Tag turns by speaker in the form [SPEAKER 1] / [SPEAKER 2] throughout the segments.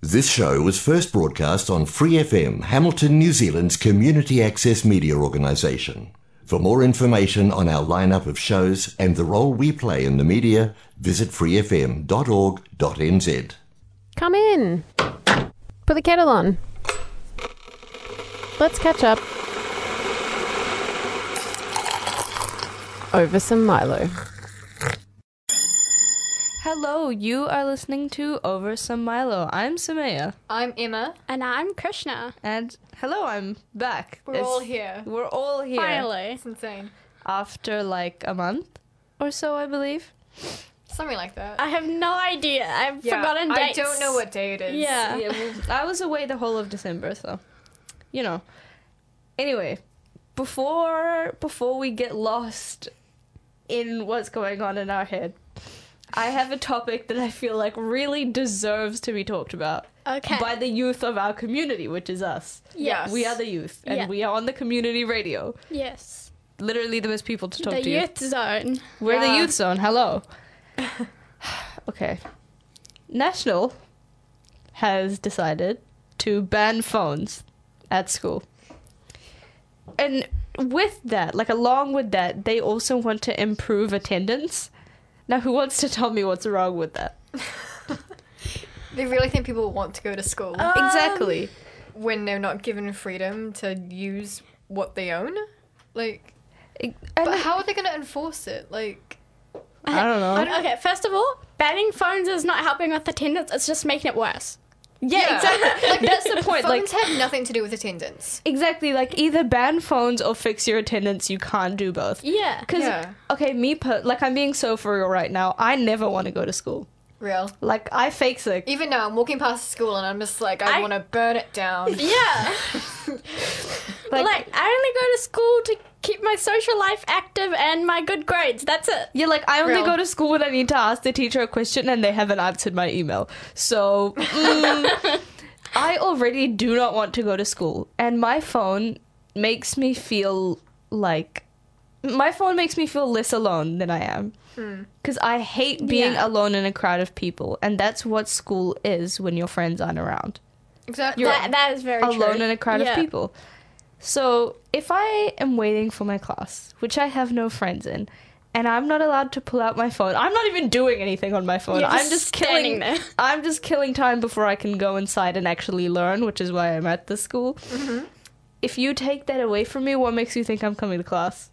[SPEAKER 1] This show was first broadcast on Free FM, Hamilton, New Zealand's community access media organisation. For more information on our lineup of shows and the role we play in the media, visit freefm.org.nz.
[SPEAKER 2] Come in. Put the kettle on. Let's catch up. Over some Milo.
[SPEAKER 3] Hello, you are listening to Over Some Milo. I'm Samaya.
[SPEAKER 4] I'm Emma.
[SPEAKER 5] And I'm Krishna.
[SPEAKER 3] And hello, I'm back.
[SPEAKER 4] We're all here.
[SPEAKER 3] We're all here.
[SPEAKER 5] Finally.
[SPEAKER 4] It's insane.
[SPEAKER 3] After like a month or so, I believe.
[SPEAKER 4] Something like that.
[SPEAKER 5] I have no idea. I've
[SPEAKER 4] Yeah,
[SPEAKER 5] forgotten dates.
[SPEAKER 4] I don't know what day it is.
[SPEAKER 5] Yeah.
[SPEAKER 3] Yeah, well, I was away the whole of December, so you know. Anyway, before before we get lost in what's going on in our head, I have a topic that I feel like really deserves to be talked about
[SPEAKER 5] Okay.
[SPEAKER 3] by the youth of our community, which is us.
[SPEAKER 4] Yes.
[SPEAKER 3] We are the youth, and
[SPEAKER 5] Yeah.
[SPEAKER 3] we are on the community radio.
[SPEAKER 5] yes.
[SPEAKER 3] Literally the best people to talk
[SPEAKER 5] The
[SPEAKER 3] to. you.
[SPEAKER 5] youth zone.
[SPEAKER 3] We're the
[SPEAKER 4] Yeah.
[SPEAKER 3] youth zone. Hello. okay. National has decided to ban phones at school. And with that, like along with that, they also want to improve attendance. Now, who wants to tell me what's wrong with that?
[SPEAKER 4] They really think people want to go to school
[SPEAKER 3] Uh, exactly.
[SPEAKER 4] when they're not given freedom to use what they own. Like,
[SPEAKER 3] Ex-
[SPEAKER 4] but
[SPEAKER 3] and-
[SPEAKER 4] how are they going to enforce it? Like,
[SPEAKER 3] I don't know.
[SPEAKER 5] Okay, first of all, banning phones is not helping with attendance, it's just making it worse.
[SPEAKER 3] yeah,
[SPEAKER 4] Yeah.
[SPEAKER 3] exactly. That's the point. Like,
[SPEAKER 4] phones have nothing to do with attendance.
[SPEAKER 3] exactly. Like, either ban phones or fix your attendance. You can't do both.
[SPEAKER 5] Yeah.
[SPEAKER 3] Because,
[SPEAKER 4] Yeah.
[SPEAKER 3] okay, me, per- like, I'm being so for real right now. I never want to go to school.
[SPEAKER 4] Real.
[SPEAKER 3] Like, I fake sick.
[SPEAKER 4] Even now, I'm walking past school and I'm just like, I,
[SPEAKER 5] I-
[SPEAKER 4] want to burn it down.
[SPEAKER 5] Yeah.
[SPEAKER 3] Like,
[SPEAKER 5] like, I only go to school to keep my social life active and my good grades. That's it.
[SPEAKER 3] yeah, like, I only
[SPEAKER 4] Real.
[SPEAKER 3] go to school when I need to ask the teacher a question and they haven't answered my email. So, mm, I already do not want to go to school. And my phone makes me feel like. My phone makes me feel less alone than I am. Because I hate being
[SPEAKER 5] Yeah.
[SPEAKER 3] alone in a crowd of people. And that's what school is when your friends aren't around.
[SPEAKER 4] Exactly.
[SPEAKER 5] That, that is very true.
[SPEAKER 3] alone in a crowd
[SPEAKER 5] Yeah.
[SPEAKER 3] of people. So if I am waiting for my class, which I have no friends in, and I'm not allowed to pull out my phone, I'm not even doing anything on my phone.
[SPEAKER 5] You're
[SPEAKER 3] I'm
[SPEAKER 5] just
[SPEAKER 3] just killing.
[SPEAKER 5] standing there.
[SPEAKER 3] I'm just killing time before I can go inside and actually learn, which is why I'm at this school.
[SPEAKER 5] Mm-hmm.
[SPEAKER 3] If you take that away from me, what makes you think I'm coming to class?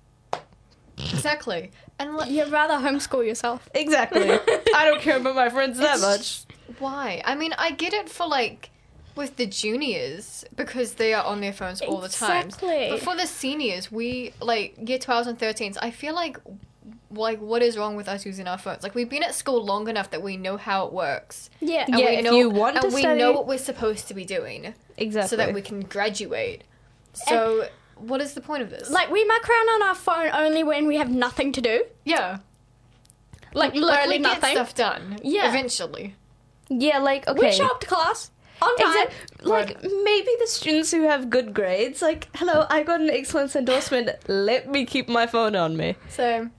[SPEAKER 4] Exactly. And like,
[SPEAKER 5] You'd rather homeschool yourself.
[SPEAKER 3] Exactly. I don't care about my friends that much.
[SPEAKER 4] why? I mean, I get it for like with the juniors because they are on their phones all the time.
[SPEAKER 5] Exactly.
[SPEAKER 4] But for the seniors, we like year 12s and 13s, I feel like like what is wrong with us using our phones? Like we've been at school long enough that we know how it works.
[SPEAKER 5] Yeah.
[SPEAKER 3] Yeah,
[SPEAKER 4] we
[SPEAKER 3] if
[SPEAKER 4] know,
[SPEAKER 3] you want
[SPEAKER 4] and
[SPEAKER 3] to
[SPEAKER 4] we
[SPEAKER 3] study-
[SPEAKER 4] know what we're supposed to be doing
[SPEAKER 3] Exactly.
[SPEAKER 4] so that we can graduate. So what is the point of this?
[SPEAKER 5] Like, we muck around on our phone only when we have nothing to do.
[SPEAKER 4] yeah,
[SPEAKER 5] Like,
[SPEAKER 4] like
[SPEAKER 5] literally
[SPEAKER 4] we get
[SPEAKER 5] nothing.
[SPEAKER 4] stuff done.
[SPEAKER 5] Yeah.
[SPEAKER 4] eventually.
[SPEAKER 3] yeah, like okay.
[SPEAKER 5] We show up to class on time.
[SPEAKER 3] Exact- like maybe the students who have good grades, like, hello, I got an excellence endorsement. Let me keep my phone on me.
[SPEAKER 4] So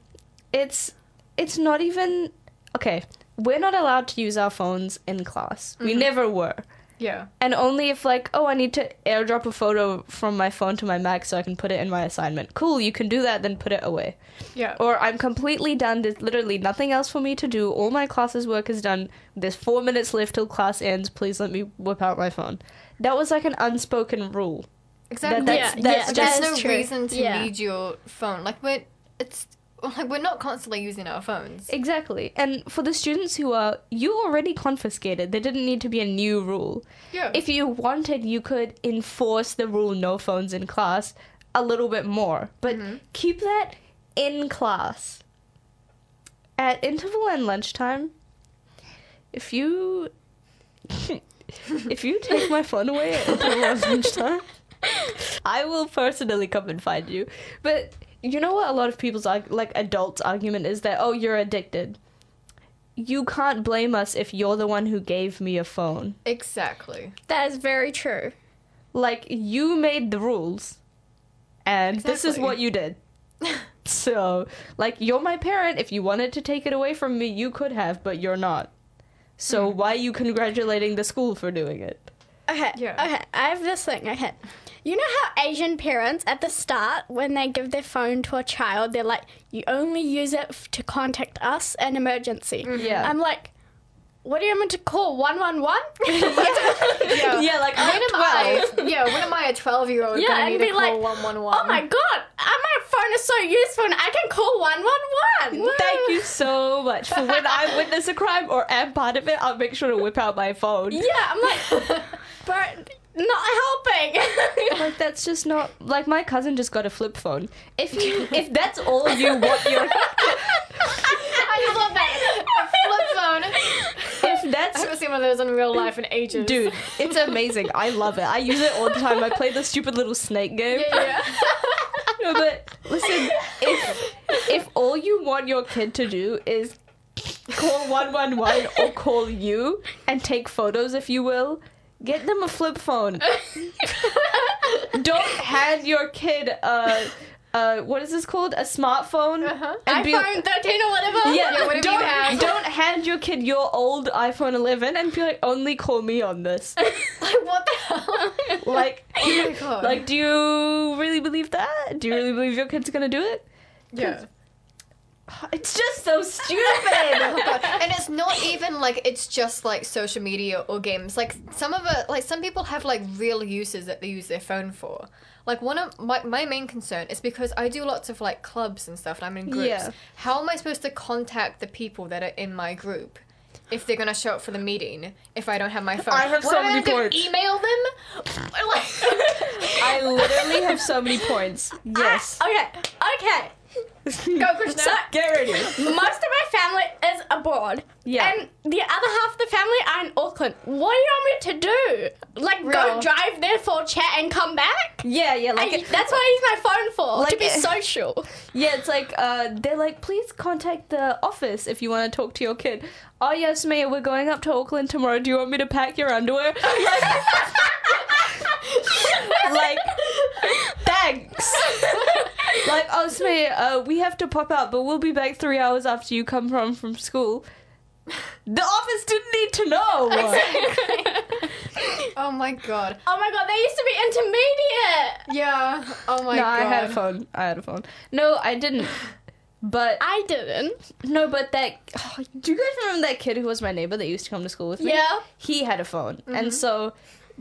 [SPEAKER 3] It's it's not even okay. We're not allowed to use our phones in class. We never were.
[SPEAKER 4] yeah,
[SPEAKER 3] And only if like, oh, I need to airdrop a photo from my phone to my Mac so I can put it in my assignment. Cool, you can do that, then put it away.
[SPEAKER 4] yeah.
[SPEAKER 3] Or I'm completely done. There's literally nothing else for me to do. All my classes work is done. There's four minutes left till class ends. Please let me whip out my phone. That was like an unspoken rule.
[SPEAKER 4] exactly.
[SPEAKER 3] that- that's-
[SPEAKER 5] yeah,
[SPEAKER 3] that's
[SPEAKER 5] yeah,
[SPEAKER 4] Like, there's
[SPEAKER 5] that
[SPEAKER 4] no
[SPEAKER 5] is true.
[SPEAKER 4] reason to
[SPEAKER 5] yeah.
[SPEAKER 4] need your phone. Like we're it's like we're not constantly using our phones.
[SPEAKER 3] Exactly. And for the students who are you already confiscated, there didn't need to be a new rule.
[SPEAKER 4] Yeah.
[SPEAKER 3] If you wanted, you could enforce the rule no phones in class a little bit more. But keep that in class. At interval and lunchtime, if you if you take my phone away at interval and lunchtime, I will personally come and find you. But you know what a lot of people's arg- like adults argument is that oh you're addicted. You can't blame us if you're the one who gave me a phone.
[SPEAKER 4] Exactly.
[SPEAKER 5] That is very true.
[SPEAKER 3] Like you made the rules and this is
[SPEAKER 4] Exactly.
[SPEAKER 3] what you did. so, like you're my parent, if you wanted to take it away from me, you could have, but you're not. So why are you congratulating the school for doing it?
[SPEAKER 5] Okay.
[SPEAKER 4] Yeah.
[SPEAKER 5] Okay. I have this thing. Okay. You know how Asian parents at the start, when they give their phone to a child, they're like, "You only use it f- to contact us in emergency."
[SPEAKER 3] Yeah.
[SPEAKER 5] I'm like, "What do you mean to call one one one?" Oh
[SPEAKER 4] Yeah.
[SPEAKER 3] yeah, like I'm
[SPEAKER 4] When am
[SPEAKER 3] 12.
[SPEAKER 4] I? Yeah, when am I a twelve-year-old
[SPEAKER 5] Yeah,
[SPEAKER 4] gonna
[SPEAKER 5] and
[SPEAKER 4] need
[SPEAKER 5] be
[SPEAKER 4] to call
[SPEAKER 5] like,
[SPEAKER 4] one one one?
[SPEAKER 5] Oh my god! uh, My phone is so useful. and I can call one one one.
[SPEAKER 3] Thank you so much for when I witness a crime or am part of it, I'll make sure to whip out my phone.
[SPEAKER 5] Yeah, I'm like, but not helping.
[SPEAKER 3] Like that's just not like my cousin just got a flip phone. If you if that's all you want your
[SPEAKER 4] I love that. A flip phone.
[SPEAKER 3] if
[SPEAKER 4] I
[SPEAKER 3] that's
[SPEAKER 4] haven't seen one of those in real life in ages.
[SPEAKER 3] dude, it's amazing. I love it. I use it all the time. I play the stupid little snake game.
[SPEAKER 4] Yeah.
[SPEAKER 3] No, but listen, if if all you want your kid to do is call one one one or call you and take photos, if you will, get them a flip phone. Don't hand your kid a, a what is this called? A smartphone.
[SPEAKER 4] Uh-huh.
[SPEAKER 3] And be-
[SPEAKER 5] iPhone 13 or whatever.
[SPEAKER 3] yeah,
[SPEAKER 4] Yeah, whatever you
[SPEAKER 3] don't,
[SPEAKER 4] have.
[SPEAKER 3] don't hand your kid your old iPhone 11 and be like, only call me on this.
[SPEAKER 4] Like what the hell?
[SPEAKER 3] Like,
[SPEAKER 4] Oh my god.
[SPEAKER 3] like, do you really believe that? Do you really believe your kid's gonna do it?
[SPEAKER 4] yeah.
[SPEAKER 3] It's just so stupid.
[SPEAKER 4] and it's not even like it's just like social media or games. Like some of it, like some people have like real uses that they use their phone for. Like one of my, my main concern is because I do lots of like clubs and stuff, and I'm in groups.
[SPEAKER 3] Yeah.
[SPEAKER 4] How am I supposed to contact the people that are in my group? If they're gonna show up for the meeting, if I don't have my phone,
[SPEAKER 3] I have
[SPEAKER 4] What
[SPEAKER 3] so
[SPEAKER 4] am I
[SPEAKER 3] many
[SPEAKER 4] gonna
[SPEAKER 3] points.
[SPEAKER 4] do, Email them. Like-
[SPEAKER 3] I literally have so many points. Yes.
[SPEAKER 5] Okay, okay.
[SPEAKER 3] Go,
[SPEAKER 5] Krishna.
[SPEAKER 3] Get ready.
[SPEAKER 5] Most of my family is abroad.
[SPEAKER 3] Yeah.
[SPEAKER 5] And the other half of the family are in Auckland. What do you want me to do? Like,
[SPEAKER 4] Real.
[SPEAKER 5] go drive there for a chat and come back?
[SPEAKER 3] Yeah, yeah, like
[SPEAKER 5] I- that's what I use my phone for, to
[SPEAKER 3] Like
[SPEAKER 5] be
[SPEAKER 3] it-
[SPEAKER 5] social.
[SPEAKER 3] yeah, it's like uh they're like, please contact the office if you want to talk to your kid. Oh yes, Maya, we're going up to Auckland tomorrow. Do you want me to pack your underwear? like thanks. like, oh Smee, uh, we have to pop out, but we'll be back three hours after you come home from school. The office didn't need to know.
[SPEAKER 4] oh my god.
[SPEAKER 5] Oh my god, they used to be intermediate.
[SPEAKER 4] Yeah. Oh my
[SPEAKER 3] no,
[SPEAKER 4] god.
[SPEAKER 3] I had a phone. I had a phone. No, I didn't. But
[SPEAKER 5] I didn't.
[SPEAKER 3] no, but that. oh, do you guys remember that kid who was my neighbor that used to come to school with me?
[SPEAKER 5] Yeah.
[SPEAKER 3] He had a phone,
[SPEAKER 4] Mm-hmm.
[SPEAKER 3] and so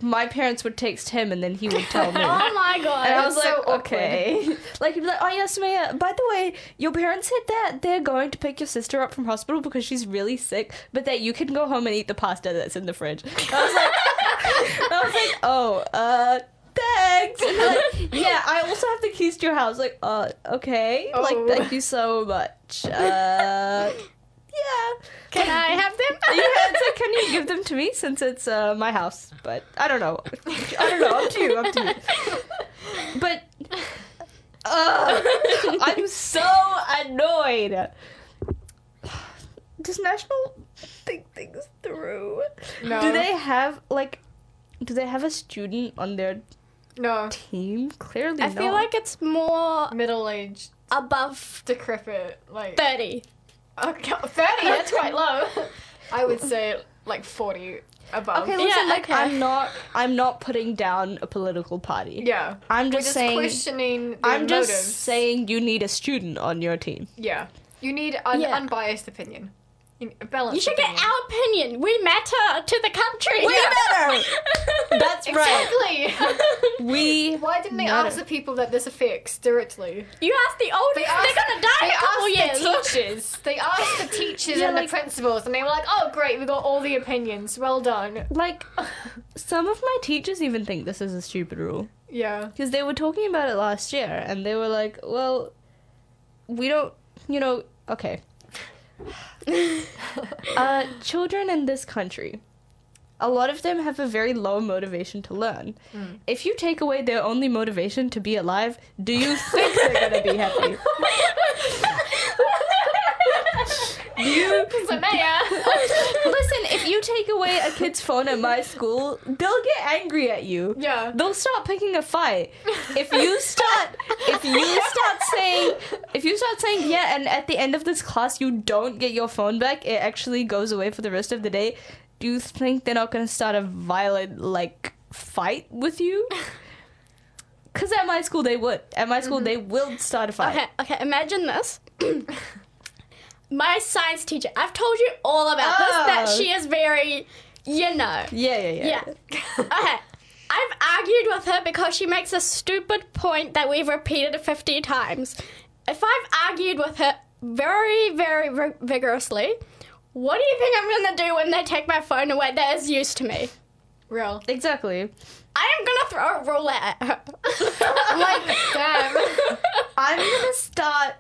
[SPEAKER 3] my parents would text him, and then he would tell me.
[SPEAKER 5] Oh my god.
[SPEAKER 3] And I was
[SPEAKER 4] That's so
[SPEAKER 3] like, okay. like, he'd be like, oh, yes, Maya, by the way, your parents said that they're going to pick your sister up from hospital because she's really sick, but that you can go home and eat the pasta that's in the fridge. I was like, I was like oh, uh, thanks. And they're like, yeah, I also have the keys to your house. Like, uh, okay. Like,
[SPEAKER 4] Oh.
[SPEAKER 3] thank you so much. Uh, yeah.
[SPEAKER 5] Can I have them?
[SPEAKER 3] Yeah, it's like, can you give them to me since it's uh, my house? But I don't know. I don't know. Up to you. Up to you. But uh, I'm so annoyed. Does National think things through?
[SPEAKER 4] No.
[SPEAKER 3] Do they have like? Do they have a student on their
[SPEAKER 4] No.
[SPEAKER 3] team? Clearly,
[SPEAKER 5] I feel
[SPEAKER 3] not.
[SPEAKER 5] like it's more
[SPEAKER 4] Middle-aged,
[SPEAKER 5] above
[SPEAKER 4] decrepit, like
[SPEAKER 5] 30.
[SPEAKER 4] Okay, 30, that's quite low. I would say like 40 above.
[SPEAKER 3] Okay, listen.
[SPEAKER 5] Yeah,
[SPEAKER 3] like
[SPEAKER 5] okay.
[SPEAKER 3] I'm not. I'm not putting down a political party.
[SPEAKER 4] Yeah.
[SPEAKER 3] I'm
[SPEAKER 4] We're
[SPEAKER 3] just,
[SPEAKER 4] just
[SPEAKER 3] saying.
[SPEAKER 4] questioning their
[SPEAKER 3] I'm just
[SPEAKER 4] motives.
[SPEAKER 3] saying you need a student on your team.
[SPEAKER 4] Yeah. You need an
[SPEAKER 5] Yeah.
[SPEAKER 4] unbiased opinion. You need a balanced
[SPEAKER 5] You should get
[SPEAKER 4] opinion.
[SPEAKER 5] our opinion. We matter to the country.
[SPEAKER 3] We matter. That's right.
[SPEAKER 4] Exactly!
[SPEAKER 3] We
[SPEAKER 4] Why didn't they
[SPEAKER 3] Not
[SPEAKER 4] ask
[SPEAKER 3] a-
[SPEAKER 4] the people that this affects directly?
[SPEAKER 5] You ask the oldest, they
[SPEAKER 4] asked-
[SPEAKER 5] are gonna die in a couple
[SPEAKER 4] they asked
[SPEAKER 5] years.
[SPEAKER 4] the teachers. They asked the teachers
[SPEAKER 3] Yeah,
[SPEAKER 4] and
[SPEAKER 3] like-
[SPEAKER 4] the principals, and they were like, "Oh, great, we got all the opinions. Well done."
[SPEAKER 3] like some of my teachers even think this is a stupid rule
[SPEAKER 4] Yeah.
[SPEAKER 3] because they were talking about it last year and they were like, "Well, we don't, you know, okay. uh, children in this country, a lot of them have a very low motivation to learn.
[SPEAKER 4] Hmm.
[SPEAKER 3] If you take away their only motivation to be alive, do you think they're gonna be happy? you
[SPEAKER 4] The mayor.
[SPEAKER 3] listen, if you take away a kid's phone at my school, they'll get angry at you.
[SPEAKER 4] Yeah.
[SPEAKER 3] They'll start picking a fight. If you start if you start saying if you start saying yeah and at the end of this class you don't get your phone back, it actually goes away for the rest of the day. Do you think they're not gonna start a violent like fight with you? Cause at my school they would. At my school they will start a fight.
[SPEAKER 5] Okay, okay, imagine this. My science teacher, I've told you all about this, that
[SPEAKER 3] Oh.
[SPEAKER 5] she is very, you know.
[SPEAKER 3] Yeah, yeah, yeah.
[SPEAKER 5] Yeah. okay. I've argued with her because she makes a stupid point that we've repeated 50 times. If I've argued with her very, very ri- vigorously, what do you think I'm going to do when they take my phone away that is used to me?
[SPEAKER 4] Real.
[SPEAKER 3] Exactly.
[SPEAKER 5] I am going to throw a roller at her.
[SPEAKER 4] Like, damn.
[SPEAKER 3] I'm gonna start.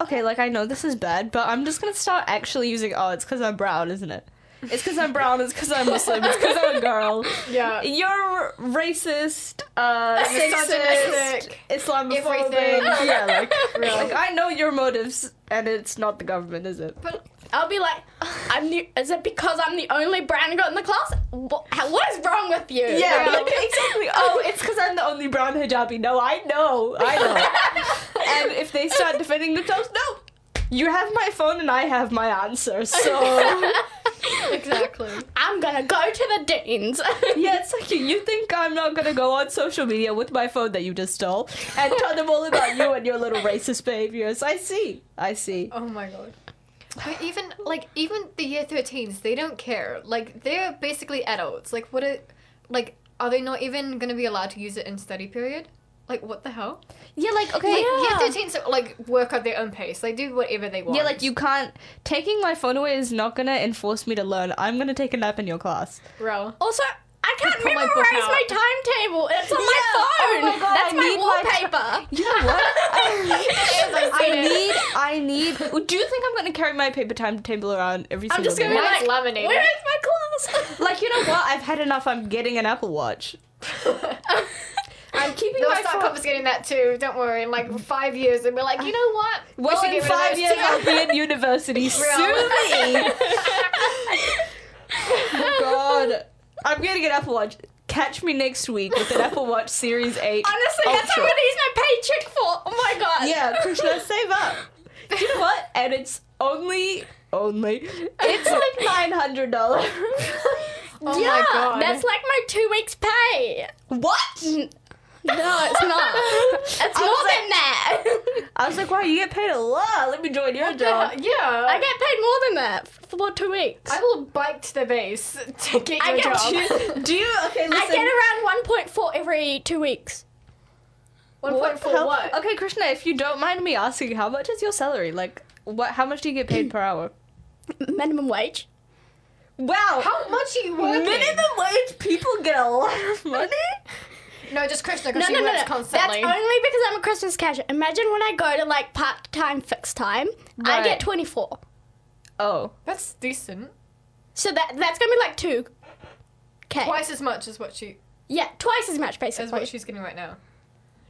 [SPEAKER 3] Okay, like I know this is bad, but I'm just gonna start actually using. Oh, it's because I'm brown, isn't it? It's because I'm brown. It's because I'm Muslim. It's because I'm a girl.
[SPEAKER 4] Yeah.
[SPEAKER 3] You're racist, uh,
[SPEAKER 4] Sexist.
[SPEAKER 3] misogynist, Islamophobic.
[SPEAKER 4] Everything.
[SPEAKER 3] Yeah, like,
[SPEAKER 4] Real.
[SPEAKER 3] like I know your motives, and it's not the government, is it?
[SPEAKER 4] But
[SPEAKER 5] I'll be like, I'm the, is it because I'm the only brown girl in the class? What, what is wrong with you?
[SPEAKER 3] Yeah,
[SPEAKER 5] Like,
[SPEAKER 3] like, exactly. Oh, it's because I'm the only brown hijabi. No, I know, I know. and if they start defending themselves, no, you have my phone and I have my answer. So.
[SPEAKER 4] exactly.
[SPEAKER 5] I'm going to go to the deans.
[SPEAKER 3] Yeah, it's like you, you think I'm not gonna go on social media with my phone that you just stole and tell them all about you and your little racist behaviors. I see. I see.
[SPEAKER 4] Oh my god. But even like even the year thirteens, they don't care. Like they're basically adults. Like what are like are they not even gonna be allowed to use it in study period? Like what the hell?
[SPEAKER 3] Yeah, like okay.
[SPEAKER 4] Like year thirteens like work at their own pace. They do whatever they want.
[SPEAKER 3] Yeah, like you can't taking my phone away is not gonna enforce me to learn. I'm gonna take a nap in your class.
[SPEAKER 4] Bro.
[SPEAKER 5] Also, I can't
[SPEAKER 4] Pull my
[SPEAKER 5] memorize
[SPEAKER 4] book out.
[SPEAKER 5] my timetable. It's on my
[SPEAKER 3] Yeah.
[SPEAKER 5] phone.
[SPEAKER 3] Oh my God,
[SPEAKER 5] That's
[SPEAKER 3] I
[SPEAKER 5] my
[SPEAKER 3] need my ti-
[SPEAKER 5] wallpaper.
[SPEAKER 3] You know what?
[SPEAKER 4] I
[SPEAKER 3] I need I need do you think I'm gonna carry my paper timetable around every single
[SPEAKER 5] I'm just gonna be
[SPEAKER 3] day?
[SPEAKER 4] Mine's
[SPEAKER 5] like,
[SPEAKER 4] laminated.
[SPEAKER 5] where is my class?
[SPEAKER 3] Like you know what? I've had enough, I'm getting an Apple Watch. I'm keeping
[SPEAKER 4] They'll
[SPEAKER 3] my
[SPEAKER 4] start
[SPEAKER 3] phone.
[SPEAKER 4] confiscating that too. Don't worry. In like five years, they'll be like, you know what? We
[SPEAKER 3] Well,
[SPEAKER 4] should
[SPEAKER 3] in
[SPEAKER 4] get rid of
[SPEAKER 3] five
[SPEAKER 4] those
[SPEAKER 3] years,
[SPEAKER 4] too."
[SPEAKER 3] I'll be in university. Sue me. God, I'm gonna get Apple Watch. Catch me next week with an Apple Watch Series Eight.
[SPEAKER 5] Honestly, that's
[SPEAKER 3] Ultra.
[SPEAKER 5] what I'm gonna use my paycheck for. Oh my god.
[SPEAKER 3] Oh, Yeah, Krishna, save up. Do you know what? And it's only, only, it's like nine hundred dollars.
[SPEAKER 4] Oh
[SPEAKER 5] yeah,
[SPEAKER 4] my god.
[SPEAKER 5] That's like my two weeks' pay.
[SPEAKER 3] what?
[SPEAKER 5] No, it's not. it's more than that.
[SPEAKER 3] I was like, wow, you get paid a lot. Let me join your
[SPEAKER 4] yeah.
[SPEAKER 3] job.
[SPEAKER 4] yeah.
[SPEAKER 5] I get paid more than that for two weeks.
[SPEAKER 4] I will bite to the base to get
[SPEAKER 5] I
[SPEAKER 4] your
[SPEAKER 5] get
[SPEAKER 4] job.
[SPEAKER 5] two-
[SPEAKER 3] Do you? Okay, listen.
[SPEAKER 5] I get around 1.4 every two weeks.
[SPEAKER 4] One
[SPEAKER 3] What
[SPEAKER 4] point
[SPEAKER 3] the
[SPEAKER 4] for
[SPEAKER 3] hell?
[SPEAKER 4] what?
[SPEAKER 3] Okay, Krishna, if you don't mind me asking, how much is your salary? Like, what? How much do you get paid per hour?
[SPEAKER 5] Minimum wage.
[SPEAKER 3] Wow.
[SPEAKER 4] How much are you working?
[SPEAKER 3] minimum wage people get a lot of money?
[SPEAKER 4] No, just Krishna
[SPEAKER 5] No,
[SPEAKER 4] because
[SPEAKER 5] no,
[SPEAKER 4] she
[SPEAKER 5] no,
[SPEAKER 4] works
[SPEAKER 5] no.
[SPEAKER 4] constantly.
[SPEAKER 5] That's only because I'm a Christmas cashier. Imagine when I go to like part time, fixed time, I
[SPEAKER 3] Right.
[SPEAKER 5] get 24.
[SPEAKER 3] Oh.
[SPEAKER 4] That's decent.
[SPEAKER 5] So that that's gonna be like two. Okay.
[SPEAKER 4] Twice as much as what she
[SPEAKER 5] Yeah, twice as much
[SPEAKER 4] as
[SPEAKER 5] basically.
[SPEAKER 4] what she's getting right now.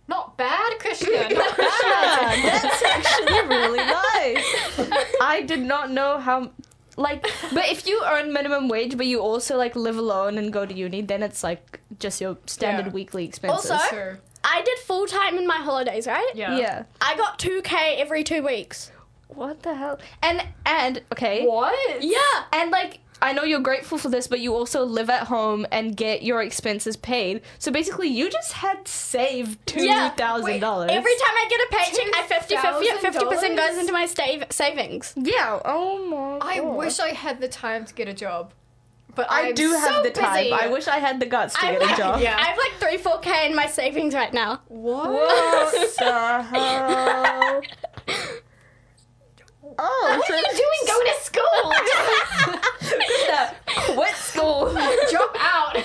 [SPEAKER 4] Not bad, Krishna. Not bad.
[SPEAKER 3] that's actually really nice. I did not know how like but if you earn minimum wage but you also like live alone and go to uni, then it's like just your standard
[SPEAKER 4] Yeah.
[SPEAKER 3] weekly expenses.
[SPEAKER 5] Also-
[SPEAKER 4] Sure.
[SPEAKER 5] I did full time in my holidays, right?
[SPEAKER 4] Yeah.
[SPEAKER 3] yeah.
[SPEAKER 5] I got 2k every two weeks.
[SPEAKER 3] What the hell? And and okay.
[SPEAKER 4] What?
[SPEAKER 5] Yeah.
[SPEAKER 3] And like I know you're grateful for this, but you also live at home and get your expenses paid. So basically, you just had saved two
[SPEAKER 5] Yeah.
[SPEAKER 3] thousand dollars
[SPEAKER 5] Every time I get a paycheck, I 50 50 50%
[SPEAKER 4] $2,000?
[SPEAKER 5] goes into my save- savings.
[SPEAKER 3] Yeah. Oh my.
[SPEAKER 4] I
[SPEAKER 3] God.
[SPEAKER 4] wish I had the time to get a job, but
[SPEAKER 3] I
[SPEAKER 4] I'm
[SPEAKER 3] do have
[SPEAKER 4] so
[SPEAKER 3] the time.
[SPEAKER 4] busy.
[SPEAKER 3] I wish I had the guts to
[SPEAKER 5] I have,
[SPEAKER 3] get a
[SPEAKER 5] like,
[SPEAKER 3] job.
[SPEAKER 4] Yeah.
[SPEAKER 5] I have like 3 4k in my savings right now.
[SPEAKER 4] What?
[SPEAKER 3] What the hell? Oh,
[SPEAKER 4] What are you doing? Go to school.
[SPEAKER 3] What school?
[SPEAKER 4] Drop out.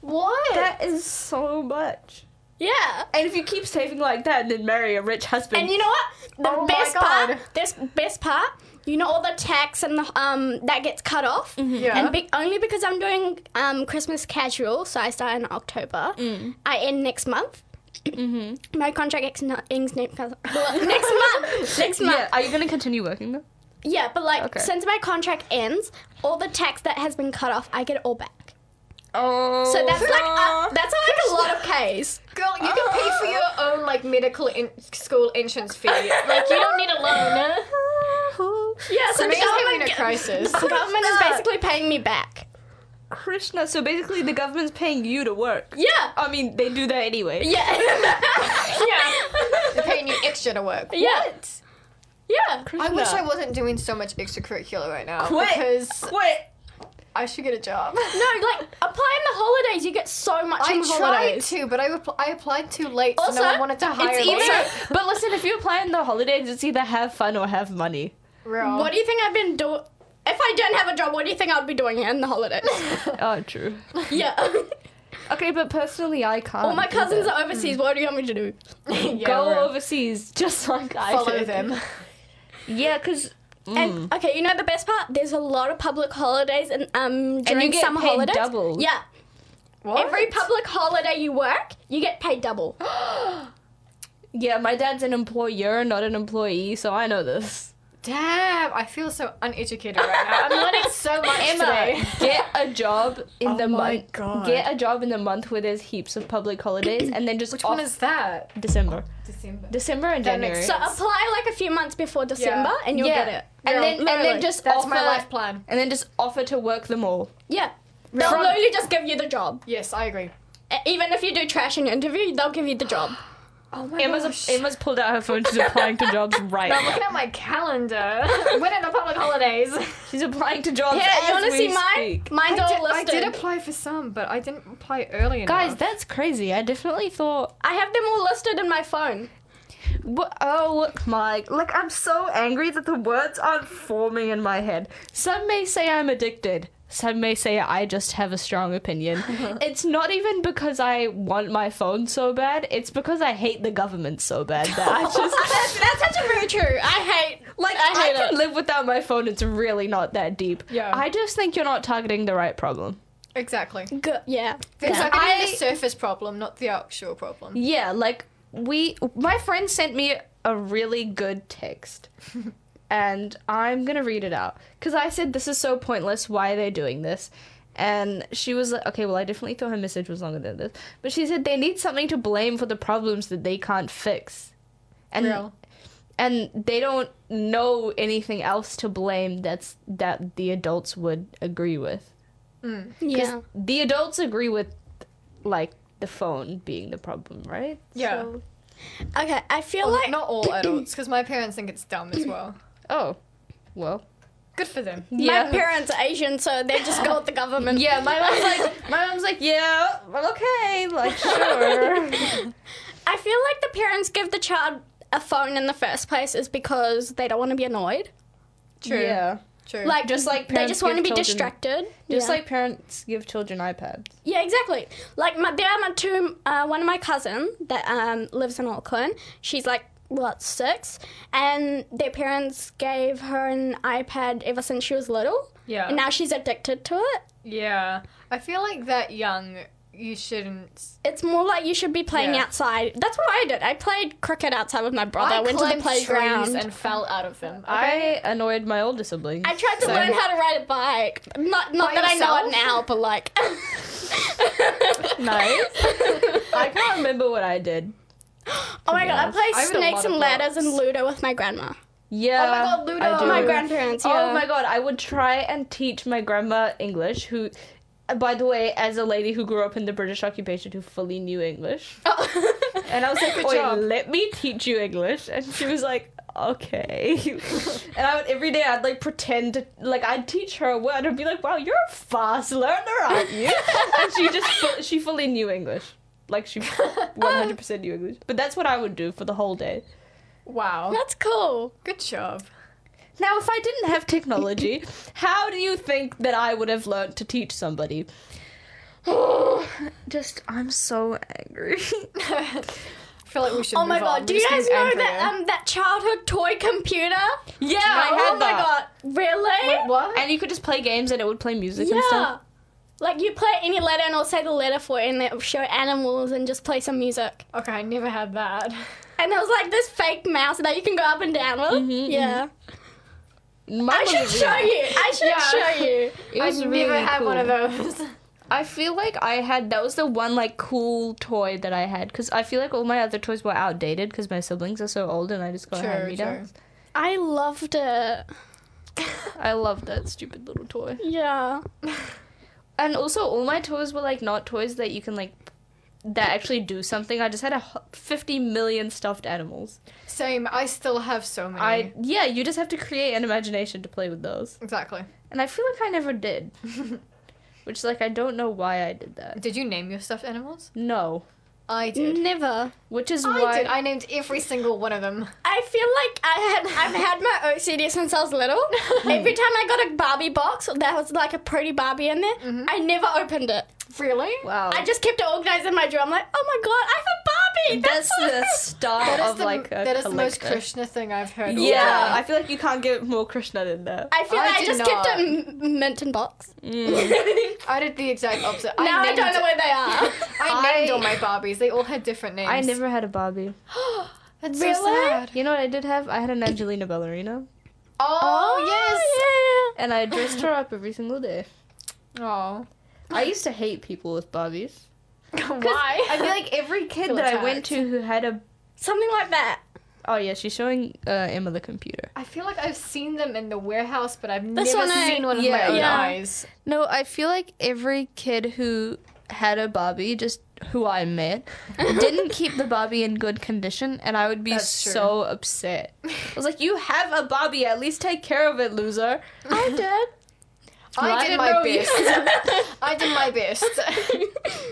[SPEAKER 3] What? That is so much.
[SPEAKER 5] Yeah.
[SPEAKER 3] And if you keep saving like that, then marry a rich husband.
[SPEAKER 5] And you know what? The
[SPEAKER 4] Oh my
[SPEAKER 5] best
[SPEAKER 4] God.
[SPEAKER 5] part, this best part, you know all the tax and the um that gets cut off.
[SPEAKER 4] Mm-hmm. Yeah.
[SPEAKER 5] And be- only because I'm doing um Christmas casual, so I start in October.
[SPEAKER 4] Mm.
[SPEAKER 5] I end next month.
[SPEAKER 4] Mm-hmm.
[SPEAKER 5] My contract ex- no- ends next month. next month. Next month.
[SPEAKER 3] yeah. Are you gonna continue working though?
[SPEAKER 5] Yeah, but like
[SPEAKER 3] Okay.
[SPEAKER 5] since my contract ends, all the tax that has been cut off, I get it all back.
[SPEAKER 3] Oh.
[SPEAKER 5] So that's like uh, a, that's like a lot of K's.
[SPEAKER 4] Girl, you can pay for your
[SPEAKER 3] Ah.
[SPEAKER 4] own like medical in- school entrance fee. Like you don't need a loan.
[SPEAKER 5] Yeah, so the
[SPEAKER 4] Amazing having
[SPEAKER 5] government,
[SPEAKER 4] a crisis.
[SPEAKER 5] the government is basically paying me back.
[SPEAKER 3] Krishna. So basically, the government's paying you to work.
[SPEAKER 5] Yeah.
[SPEAKER 3] I mean, they do that anyway.
[SPEAKER 5] Yeah.
[SPEAKER 4] They're paying you extra to work.
[SPEAKER 5] yeah. Yeah.
[SPEAKER 4] I wish I wasn't doing so much extracurricular right now
[SPEAKER 3] Quit.
[SPEAKER 4] because
[SPEAKER 3] Quit.
[SPEAKER 4] I should get a job.
[SPEAKER 5] No, like apply in the holidays, you get so much
[SPEAKER 4] I
[SPEAKER 5] in
[SPEAKER 4] tried
[SPEAKER 5] the holidays.
[SPEAKER 4] to, but I, repl- I applied too late,
[SPEAKER 5] Also,
[SPEAKER 4] so no one wanted to hire
[SPEAKER 5] it's
[SPEAKER 4] me.
[SPEAKER 5] even-
[SPEAKER 4] So-
[SPEAKER 3] but listen, if you apply in the holidays, it's either have fun or have money.
[SPEAKER 4] Real.
[SPEAKER 5] What do you think I've been doing? If I didn't have a job, what do you think I'd be doing in the holidays?
[SPEAKER 3] Oh, true.
[SPEAKER 5] yeah.
[SPEAKER 3] Okay, but personally, I can't.
[SPEAKER 5] All my
[SPEAKER 3] do
[SPEAKER 5] cousins
[SPEAKER 3] that.
[SPEAKER 5] are overseas. What do you want me to do?
[SPEAKER 4] Yeah,
[SPEAKER 3] go
[SPEAKER 4] real.
[SPEAKER 3] overseas, just like I
[SPEAKER 4] Follow
[SPEAKER 3] did.
[SPEAKER 4] them.
[SPEAKER 3] Yeah, because
[SPEAKER 5] And okay, you know the best part? There's a lot of public holidays and um during
[SPEAKER 3] get
[SPEAKER 5] summer
[SPEAKER 3] paid
[SPEAKER 5] holidays.
[SPEAKER 3] double.
[SPEAKER 5] Yeah.
[SPEAKER 4] What?
[SPEAKER 5] Every public holiday you work, you get paid double.
[SPEAKER 3] yeah, my dad's an employer, not an employee, so I know this.
[SPEAKER 4] Damn, I feel so uneducated right now. I'm learning so much today.
[SPEAKER 3] Get a job in
[SPEAKER 4] Oh
[SPEAKER 3] the
[SPEAKER 4] my
[SPEAKER 3] month.
[SPEAKER 4] God.
[SPEAKER 3] Get a job in the month where there's heaps of public holidays, and then just
[SPEAKER 4] Which
[SPEAKER 3] off
[SPEAKER 4] one is that?
[SPEAKER 3] December,
[SPEAKER 4] December.
[SPEAKER 3] December and
[SPEAKER 4] That makes
[SPEAKER 3] January.
[SPEAKER 5] So apply like a few months before December and you'll
[SPEAKER 3] yeah,
[SPEAKER 5] get it.
[SPEAKER 3] and
[SPEAKER 4] Girl,
[SPEAKER 3] then and
[SPEAKER 5] literally.
[SPEAKER 3] then just
[SPEAKER 4] That's
[SPEAKER 3] offer,
[SPEAKER 4] my life plan.
[SPEAKER 3] and then just offer to work them all.
[SPEAKER 5] Yeah. They'll
[SPEAKER 4] From-
[SPEAKER 5] literally just give you the job.
[SPEAKER 4] Yes, I agree.
[SPEAKER 5] E- Even if you do trash in your interview, they'll give you the job.
[SPEAKER 4] Oh my
[SPEAKER 3] Emma's Emma's pulled out her phone. She's applying to jobs right.
[SPEAKER 4] I'm looking at my calendar. when are the public holidays?
[SPEAKER 3] She's applying to jobs.
[SPEAKER 5] Yeah, you
[SPEAKER 3] as
[SPEAKER 5] wanna
[SPEAKER 3] we
[SPEAKER 5] see mine?
[SPEAKER 3] speak.
[SPEAKER 5] Mine's
[SPEAKER 4] I,
[SPEAKER 5] all
[SPEAKER 4] did, I
[SPEAKER 5] listed.
[SPEAKER 4] did apply for some, but I didn't apply early enough.
[SPEAKER 3] Guys, that's crazy. I definitely thought
[SPEAKER 5] I have them all listed in my phone.
[SPEAKER 3] What, oh, look, Mike. Like, I'm so angry that the words aren't forming in my head. Some may say I'm addicted. Some may say I just have a strong opinion. it's not even because I want my phone so bad. It's because I hate the government so bad that I just.
[SPEAKER 5] That's, that's actually very true. I hate
[SPEAKER 3] Like,
[SPEAKER 5] I
[SPEAKER 3] I,
[SPEAKER 5] hate
[SPEAKER 3] can
[SPEAKER 5] it.
[SPEAKER 3] live without my phone. It's really not that deep.
[SPEAKER 4] Yeah.
[SPEAKER 3] I just think you're not targeting the right problem.
[SPEAKER 4] exactly.
[SPEAKER 5] G- yeah.
[SPEAKER 4] There's
[SPEAKER 3] Yeah.
[SPEAKER 4] like I...
[SPEAKER 3] I-
[SPEAKER 4] the surface problem, not the actual problem.
[SPEAKER 3] Yeah, like we my friend sent me a really good text. and I'm going to read it out cuz I said this is so pointless, why are they doing this? And she was like, okay, well, I definitely thought her message was longer than this. But she said they need something to blame for the problems that they can't fix. And
[SPEAKER 4] Real.
[SPEAKER 3] and they don't know anything else to blame that's that the adults would agree with.
[SPEAKER 5] Yeah.
[SPEAKER 3] The adults agree with like the phone being the problem, right?
[SPEAKER 4] Yeah.
[SPEAKER 5] Okay, I feel
[SPEAKER 4] Well,
[SPEAKER 5] like
[SPEAKER 4] not all adults, because my parents think it's dumb as well.
[SPEAKER 3] Oh, well.
[SPEAKER 4] Good for them.
[SPEAKER 5] my parents are Asian, so they just go with the government.
[SPEAKER 3] Yeah, my mom's like, my mom's like, yeah, well, okay, like, sure.
[SPEAKER 5] I feel like the parents give the child a phone in the first place is because they don't want to be annoyed.
[SPEAKER 4] True.
[SPEAKER 3] Yeah.
[SPEAKER 4] True.
[SPEAKER 5] Like
[SPEAKER 3] Just like
[SPEAKER 5] they
[SPEAKER 3] parents
[SPEAKER 5] just want to
[SPEAKER 3] give
[SPEAKER 5] be
[SPEAKER 3] children-
[SPEAKER 5] distracted.
[SPEAKER 3] Just
[SPEAKER 5] Yeah.
[SPEAKER 3] like parents give children iPads.
[SPEAKER 5] yeah, exactly. Like my, there are my two, uh, one of my cousin that um, lives in Auckland. She's like what six, and their parents gave her an iPad ever since she was little.
[SPEAKER 4] Yeah.
[SPEAKER 5] and now she's addicted to it.
[SPEAKER 4] yeah. I feel like that young, you shouldn't.
[SPEAKER 5] It's more like you should be playing
[SPEAKER 4] Yeah.
[SPEAKER 5] outside. That's what I did. I played cricket outside with my brother. I went to the
[SPEAKER 4] climbed trees
[SPEAKER 5] playground.
[SPEAKER 4] and fell out of them.
[SPEAKER 3] I annoyed my older siblings.
[SPEAKER 5] I tried to
[SPEAKER 4] So-
[SPEAKER 5] learn how to ride a bike. Not not
[SPEAKER 4] By
[SPEAKER 5] that I know
[SPEAKER 4] yourself?
[SPEAKER 5] it now, but like
[SPEAKER 3] nice. I can't remember what I did.
[SPEAKER 5] Oh my god, I played
[SPEAKER 4] I read a
[SPEAKER 5] snakes
[SPEAKER 4] lot
[SPEAKER 5] and
[SPEAKER 4] of
[SPEAKER 5] ladders and
[SPEAKER 4] books.
[SPEAKER 5] Ludo with my grandma.
[SPEAKER 3] Yeah.
[SPEAKER 4] God, Ludo.
[SPEAKER 3] I do.
[SPEAKER 4] Oh
[SPEAKER 5] My grandparents, yeah.
[SPEAKER 3] Oh my god, I would try and teach my grandma English, who, uh, by the way, as a lady who grew up in the British occupation who fully knew English. and I was like,
[SPEAKER 4] Oh. Good
[SPEAKER 3] Oi,
[SPEAKER 4] job."
[SPEAKER 3] let me teach you English. And she was like, okay. and I would, every day, I'd like pretend to, like, I'd teach her a word and be like, wow, you're a fast learner, aren't you? and she just, fu- she fully knew English. Like, she 100% knew English. But that's what I would do for the whole day.
[SPEAKER 4] Wow.
[SPEAKER 5] That's cool.
[SPEAKER 4] Good job.
[SPEAKER 3] Now, if I didn't have technology, how do you think that I would have learned to teach somebody? Just, I'm so angry.
[SPEAKER 4] I feel like we should.
[SPEAKER 5] Oh my
[SPEAKER 4] move
[SPEAKER 5] god,
[SPEAKER 4] on.
[SPEAKER 5] do
[SPEAKER 4] We're
[SPEAKER 5] you
[SPEAKER 4] just
[SPEAKER 5] guys know
[SPEAKER 4] getting
[SPEAKER 5] that
[SPEAKER 4] angrier.
[SPEAKER 5] um that childhood toy computer?
[SPEAKER 3] yeah,
[SPEAKER 5] oh
[SPEAKER 3] I had
[SPEAKER 5] my
[SPEAKER 3] that.
[SPEAKER 5] god. Really?
[SPEAKER 4] What?
[SPEAKER 3] And you could just play games and it would play music and
[SPEAKER 5] Yeah.
[SPEAKER 3] stuff.
[SPEAKER 5] Like you play any letter and I'll say the letter for it and it'll show animals and just play some music.
[SPEAKER 4] okay, I never had that.
[SPEAKER 5] And there was like this fake mouse that you can go up and down with. yeah.
[SPEAKER 3] Mine
[SPEAKER 5] I should
[SPEAKER 3] was
[SPEAKER 5] show
[SPEAKER 3] real.
[SPEAKER 5] you. I should
[SPEAKER 3] Yeah.
[SPEAKER 5] show you.
[SPEAKER 3] It was
[SPEAKER 4] I've
[SPEAKER 3] really
[SPEAKER 4] never had
[SPEAKER 3] cool.
[SPEAKER 4] one of those.
[SPEAKER 3] I feel like I had that was the one like cool toy that I had because I feel like all my other toys were outdated because my siblings are so old and I just got
[SPEAKER 4] True,
[SPEAKER 3] hand me downs.
[SPEAKER 5] I loved it.
[SPEAKER 3] I love that stupid little toy.
[SPEAKER 5] Yeah.
[SPEAKER 3] And also, all my toys were like not toys that you can like that actually do something. I just had a h- fifty million stuffed animals.
[SPEAKER 4] Same. I still have so many.
[SPEAKER 3] I yeah, you just have to create an imagination to play with those.
[SPEAKER 4] exactly.
[SPEAKER 3] And I feel like I never did, which like I don't know why I did that.
[SPEAKER 4] Did you name your stuffed animals?
[SPEAKER 3] No,
[SPEAKER 5] Mm,
[SPEAKER 4] I did.
[SPEAKER 5] Never.
[SPEAKER 3] which is
[SPEAKER 4] I
[SPEAKER 3] why
[SPEAKER 4] did. I named every single one of them.
[SPEAKER 5] I feel like I had I've had my OCD since I was little. Every time I got a Barbie box that was like a pretty Barbie in there, I never opened it.
[SPEAKER 4] Really?
[SPEAKER 3] wow.
[SPEAKER 5] I just kept it organized in my drawer. I'm like, oh my god, I have a Barbie.
[SPEAKER 3] that's
[SPEAKER 5] That's,
[SPEAKER 3] the
[SPEAKER 5] awesome."
[SPEAKER 3] start
[SPEAKER 4] That is
[SPEAKER 3] of
[SPEAKER 4] the,
[SPEAKER 3] like a
[SPEAKER 4] that is the most
[SPEAKER 3] collector.
[SPEAKER 4] Krishna thing I've heard. all
[SPEAKER 3] Yeah,
[SPEAKER 4] day.
[SPEAKER 3] I feel like you can't get more Krishna than that.
[SPEAKER 5] I feel
[SPEAKER 4] I
[SPEAKER 5] like I
[SPEAKER 4] did
[SPEAKER 5] just
[SPEAKER 4] not.
[SPEAKER 5] kept it m- mint in box.
[SPEAKER 4] I did the exact opposite.
[SPEAKER 5] now
[SPEAKER 4] named,
[SPEAKER 5] I don't know where they are.
[SPEAKER 4] I named
[SPEAKER 3] I-
[SPEAKER 4] all my Barbies. They all had different names.
[SPEAKER 3] I never had a Barbie.
[SPEAKER 4] That's so
[SPEAKER 5] Really?
[SPEAKER 4] sad.
[SPEAKER 3] You know what I did have? I had an Angelina ballerina,
[SPEAKER 4] Oh, yes.
[SPEAKER 5] Oh,
[SPEAKER 3] and I dressed her up every single day.
[SPEAKER 4] Oh.
[SPEAKER 3] I used to hate people with Barbies.
[SPEAKER 5] yeah. Why?
[SPEAKER 3] I feel like every kid
[SPEAKER 4] Feel
[SPEAKER 3] that I went
[SPEAKER 4] attacked.
[SPEAKER 3] to who had a
[SPEAKER 5] Something like that.
[SPEAKER 3] oh yeah, she's showing uh, Emma the computer.
[SPEAKER 4] I feel like I've seen them in the warehouse, but I've
[SPEAKER 5] This
[SPEAKER 4] never
[SPEAKER 5] one I-
[SPEAKER 4] seen one with my
[SPEAKER 3] yeah.
[SPEAKER 4] own
[SPEAKER 5] Yeah.
[SPEAKER 4] eyes.
[SPEAKER 3] No, I feel like every kid who had a Barbie, just who I met, didn't keep the Barbie in good condition, and I would be
[SPEAKER 4] That's true.
[SPEAKER 3] so upset. I was like, "You have a Barbie, at least take care of it, loser." I did. Well,
[SPEAKER 4] I
[SPEAKER 3] I
[SPEAKER 4] did
[SPEAKER 3] didn't
[SPEAKER 4] my
[SPEAKER 3] know you-
[SPEAKER 4] best. I did my best.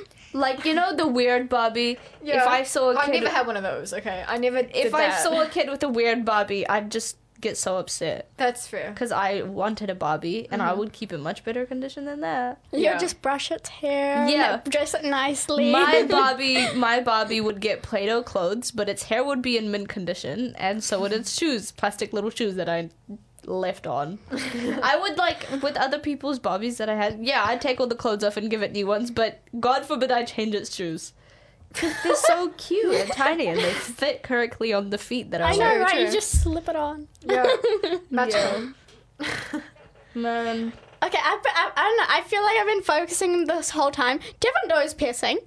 [SPEAKER 3] Like you know the weird Barbie.
[SPEAKER 4] Yeah.
[SPEAKER 3] If I saw a
[SPEAKER 4] I've
[SPEAKER 3] kid,
[SPEAKER 4] never had one of those. Okay, I never.
[SPEAKER 3] if
[SPEAKER 4] did
[SPEAKER 3] I
[SPEAKER 4] that.
[SPEAKER 3] saw a kid with a weird Barbie, I'd just get so upset
[SPEAKER 4] that's fair.
[SPEAKER 3] because I wanted a Barbie, and
[SPEAKER 4] Mm-hmm.
[SPEAKER 3] I would keep in much better condition than that.
[SPEAKER 5] You
[SPEAKER 4] Yeah.
[SPEAKER 5] would just brush its hair.
[SPEAKER 3] Yeah.
[SPEAKER 5] like, dress it nicely.
[SPEAKER 3] My Bobby, my Bobby would get Play-Doh clothes, but its hair would be in mint condition, and so would its shoes, plastic little shoes that I left on. I would like with other people's Bobbies that I had. Yeah, I'd take all the clothes off and give it new ones, but God forbid I change its shoes. Cause they're so cute and tiny, and they fit correctly on the feet that I,
[SPEAKER 5] I know,
[SPEAKER 4] True,
[SPEAKER 5] right?
[SPEAKER 4] true.
[SPEAKER 5] You just slip it on.
[SPEAKER 4] Yeah, magical.
[SPEAKER 3] Man,
[SPEAKER 5] Okay, I, I, I don't know. I feel like I've been focusing this whole time. Do you have a nose piercing?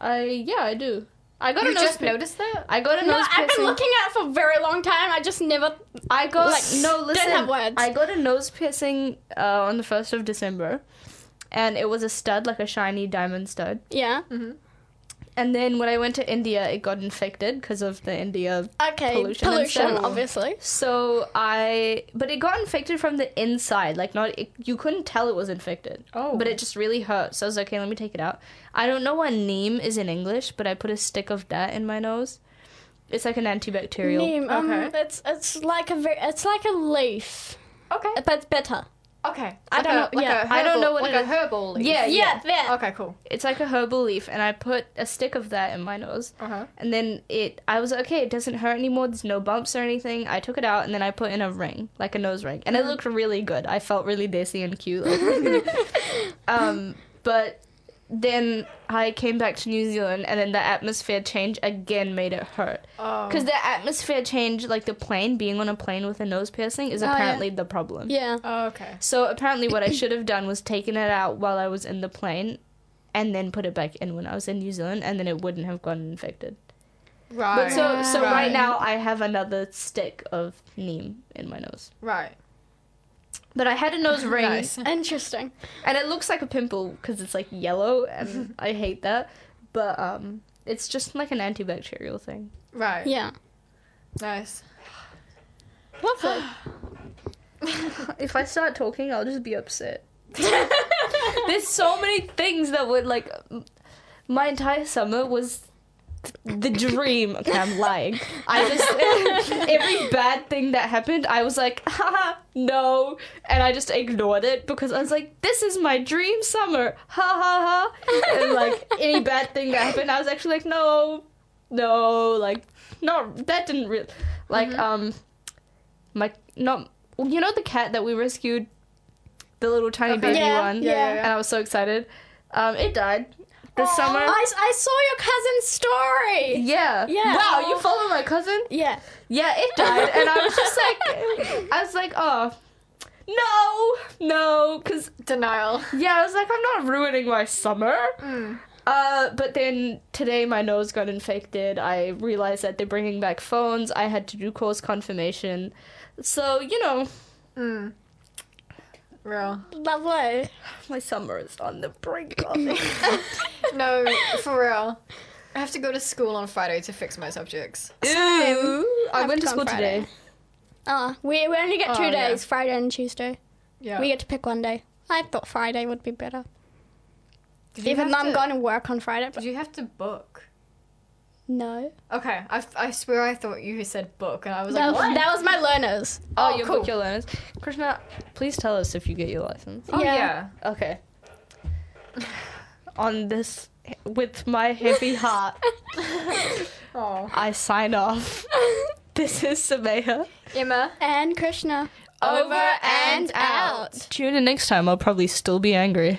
[SPEAKER 3] I yeah, I do. I got
[SPEAKER 4] You
[SPEAKER 3] a nose.
[SPEAKER 4] just
[SPEAKER 3] pier-
[SPEAKER 4] noticed that?
[SPEAKER 3] I got a
[SPEAKER 5] No,
[SPEAKER 3] nose.
[SPEAKER 5] I've
[SPEAKER 3] piercing.
[SPEAKER 5] been looking at it for a very long time. I just never.
[SPEAKER 3] I got
[SPEAKER 5] Like,
[SPEAKER 3] no.
[SPEAKER 5] don't
[SPEAKER 3] Listen,
[SPEAKER 5] have words.
[SPEAKER 3] I got a nose piercing uh, on the first of December, and it was a stud, like a shiny diamond stud.
[SPEAKER 5] Yeah.
[SPEAKER 4] Mm.
[SPEAKER 3] And then when I went to India, it got infected because of the India.
[SPEAKER 5] Okay.
[SPEAKER 3] Pollution
[SPEAKER 5] Pollution,
[SPEAKER 3] and stuff.
[SPEAKER 5] obviously.
[SPEAKER 3] So I, but it got infected from the inside, like not it, you couldn't tell it was infected.
[SPEAKER 4] Oh.
[SPEAKER 3] but it just really hurt. So I was like, okay, let me take it out. I don't know what neem is in English, but I put a stick of that in my nose. It's like an antibacterial.
[SPEAKER 5] Neem. Um,
[SPEAKER 4] Okay.
[SPEAKER 5] It's it's like a very, it's like a leaf,
[SPEAKER 4] Okay.
[SPEAKER 5] but it's better.
[SPEAKER 4] Okay.
[SPEAKER 5] I don't know- yeah,
[SPEAKER 4] herbal,
[SPEAKER 3] I don't know what
[SPEAKER 4] like
[SPEAKER 3] it
[SPEAKER 4] a
[SPEAKER 3] is.
[SPEAKER 4] herbal leaf.
[SPEAKER 3] Yeah,
[SPEAKER 5] Yeah, that.
[SPEAKER 4] Okay. Cool.
[SPEAKER 3] It's like a herbal leaf, and I put a stick of that in my nose.
[SPEAKER 4] Uh huh.
[SPEAKER 3] And then it, I was like, okay, it doesn't hurt anymore. There's no bumps or anything. I took it out and then I put in a ring, like a nose ring, and it looked really good. I felt really desi and cute. um, but then I came back to New Zealand, and then the atmosphere change again made it hurt.
[SPEAKER 4] Oh.
[SPEAKER 3] Because the atmosphere change, like the plane being on a plane with a nose piercing, is
[SPEAKER 5] yeah.
[SPEAKER 3] apparently the problem.
[SPEAKER 5] Yeah.
[SPEAKER 4] Oh, okay.
[SPEAKER 3] So apparently, what I should have done was taken it out while I was in the plane, and then put it back in when I was in New Zealand, and then it wouldn't have gotten infected.
[SPEAKER 4] Right.
[SPEAKER 3] But so so
[SPEAKER 4] right.
[SPEAKER 3] right. now I have another stick of neem in my nose.
[SPEAKER 4] Right.
[SPEAKER 3] But I had a nose ring
[SPEAKER 4] Nice.
[SPEAKER 5] Interesting.
[SPEAKER 3] and it looks like a pimple because it's like yellow and I hate that. But um it's just like an antibacterial thing.
[SPEAKER 4] Right.
[SPEAKER 5] Yeah.
[SPEAKER 4] Nice.
[SPEAKER 5] Lovely.
[SPEAKER 3] If I start talking, I'll just be upset. There's so many things that would like m- my entire summer was the dream. Okay, I'm lying. I just every bad thing that happened, I was like, haha, no, and I just ignored it because I was like, this is my dream summer, ha ha ha. And like any bad thing that happened, I was actually like, no, no, like not that didn't really like
[SPEAKER 5] Mm-hmm.
[SPEAKER 3] um my not you know the cat that we rescued, the little tiny
[SPEAKER 4] Okay.
[SPEAKER 3] baby
[SPEAKER 5] Uh-huh. Yeah,
[SPEAKER 3] one,
[SPEAKER 5] yeah, yeah.
[SPEAKER 3] and I was so excited. Um, it died. this summer.
[SPEAKER 5] I, I saw your cousin's story.
[SPEAKER 3] yeah.
[SPEAKER 5] Yeah.
[SPEAKER 3] Wow, you follow my cousin?
[SPEAKER 5] Yeah.
[SPEAKER 3] Yeah, it died, and I was just like, I was like, oh, no, no, because
[SPEAKER 4] Denial.
[SPEAKER 3] yeah, I was like, I'm not ruining my summer. Uh, but then today my nose got infected. I realized that they're bringing back phones. I had to do course confirmation. So, you know,
[SPEAKER 4] Hmm. Real.
[SPEAKER 5] Lovely.
[SPEAKER 3] my summer is on the brink of it.
[SPEAKER 4] No, for real. I have to go to school on Friday to fix my subjects.
[SPEAKER 3] Ooh, I
[SPEAKER 5] I've
[SPEAKER 3] went to
[SPEAKER 5] gone
[SPEAKER 3] school
[SPEAKER 5] Friday.
[SPEAKER 3] today.
[SPEAKER 5] Oh, we, we only get two
[SPEAKER 4] Oh, yeah.
[SPEAKER 5] days, Friday and Tuesday.
[SPEAKER 4] Yeah.
[SPEAKER 5] We get to pick one day. I thought Friday would be better.
[SPEAKER 4] Did you
[SPEAKER 5] Even
[SPEAKER 4] have
[SPEAKER 5] though I'm
[SPEAKER 4] to-
[SPEAKER 5] going to work on Friday, but
[SPEAKER 4] Did you have to book?
[SPEAKER 5] no.
[SPEAKER 4] Okay, I, I swear I thought you said book, and I was like,
[SPEAKER 5] That,
[SPEAKER 4] what?
[SPEAKER 5] that was my learners.
[SPEAKER 3] Oh,
[SPEAKER 4] Oh,
[SPEAKER 3] you
[SPEAKER 4] cool.
[SPEAKER 3] book your learners. Krishna, please tell us if you get your license.
[SPEAKER 4] Oh, yeah.
[SPEAKER 3] Okay. On this, with my heavy heart,
[SPEAKER 4] Oh.
[SPEAKER 3] I sign off. This is Sameha.
[SPEAKER 4] Emma.
[SPEAKER 5] And Krishna.
[SPEAKER 4] Over and out.
[SPEAKER 3] Tune in next time. I'll probably still be angry.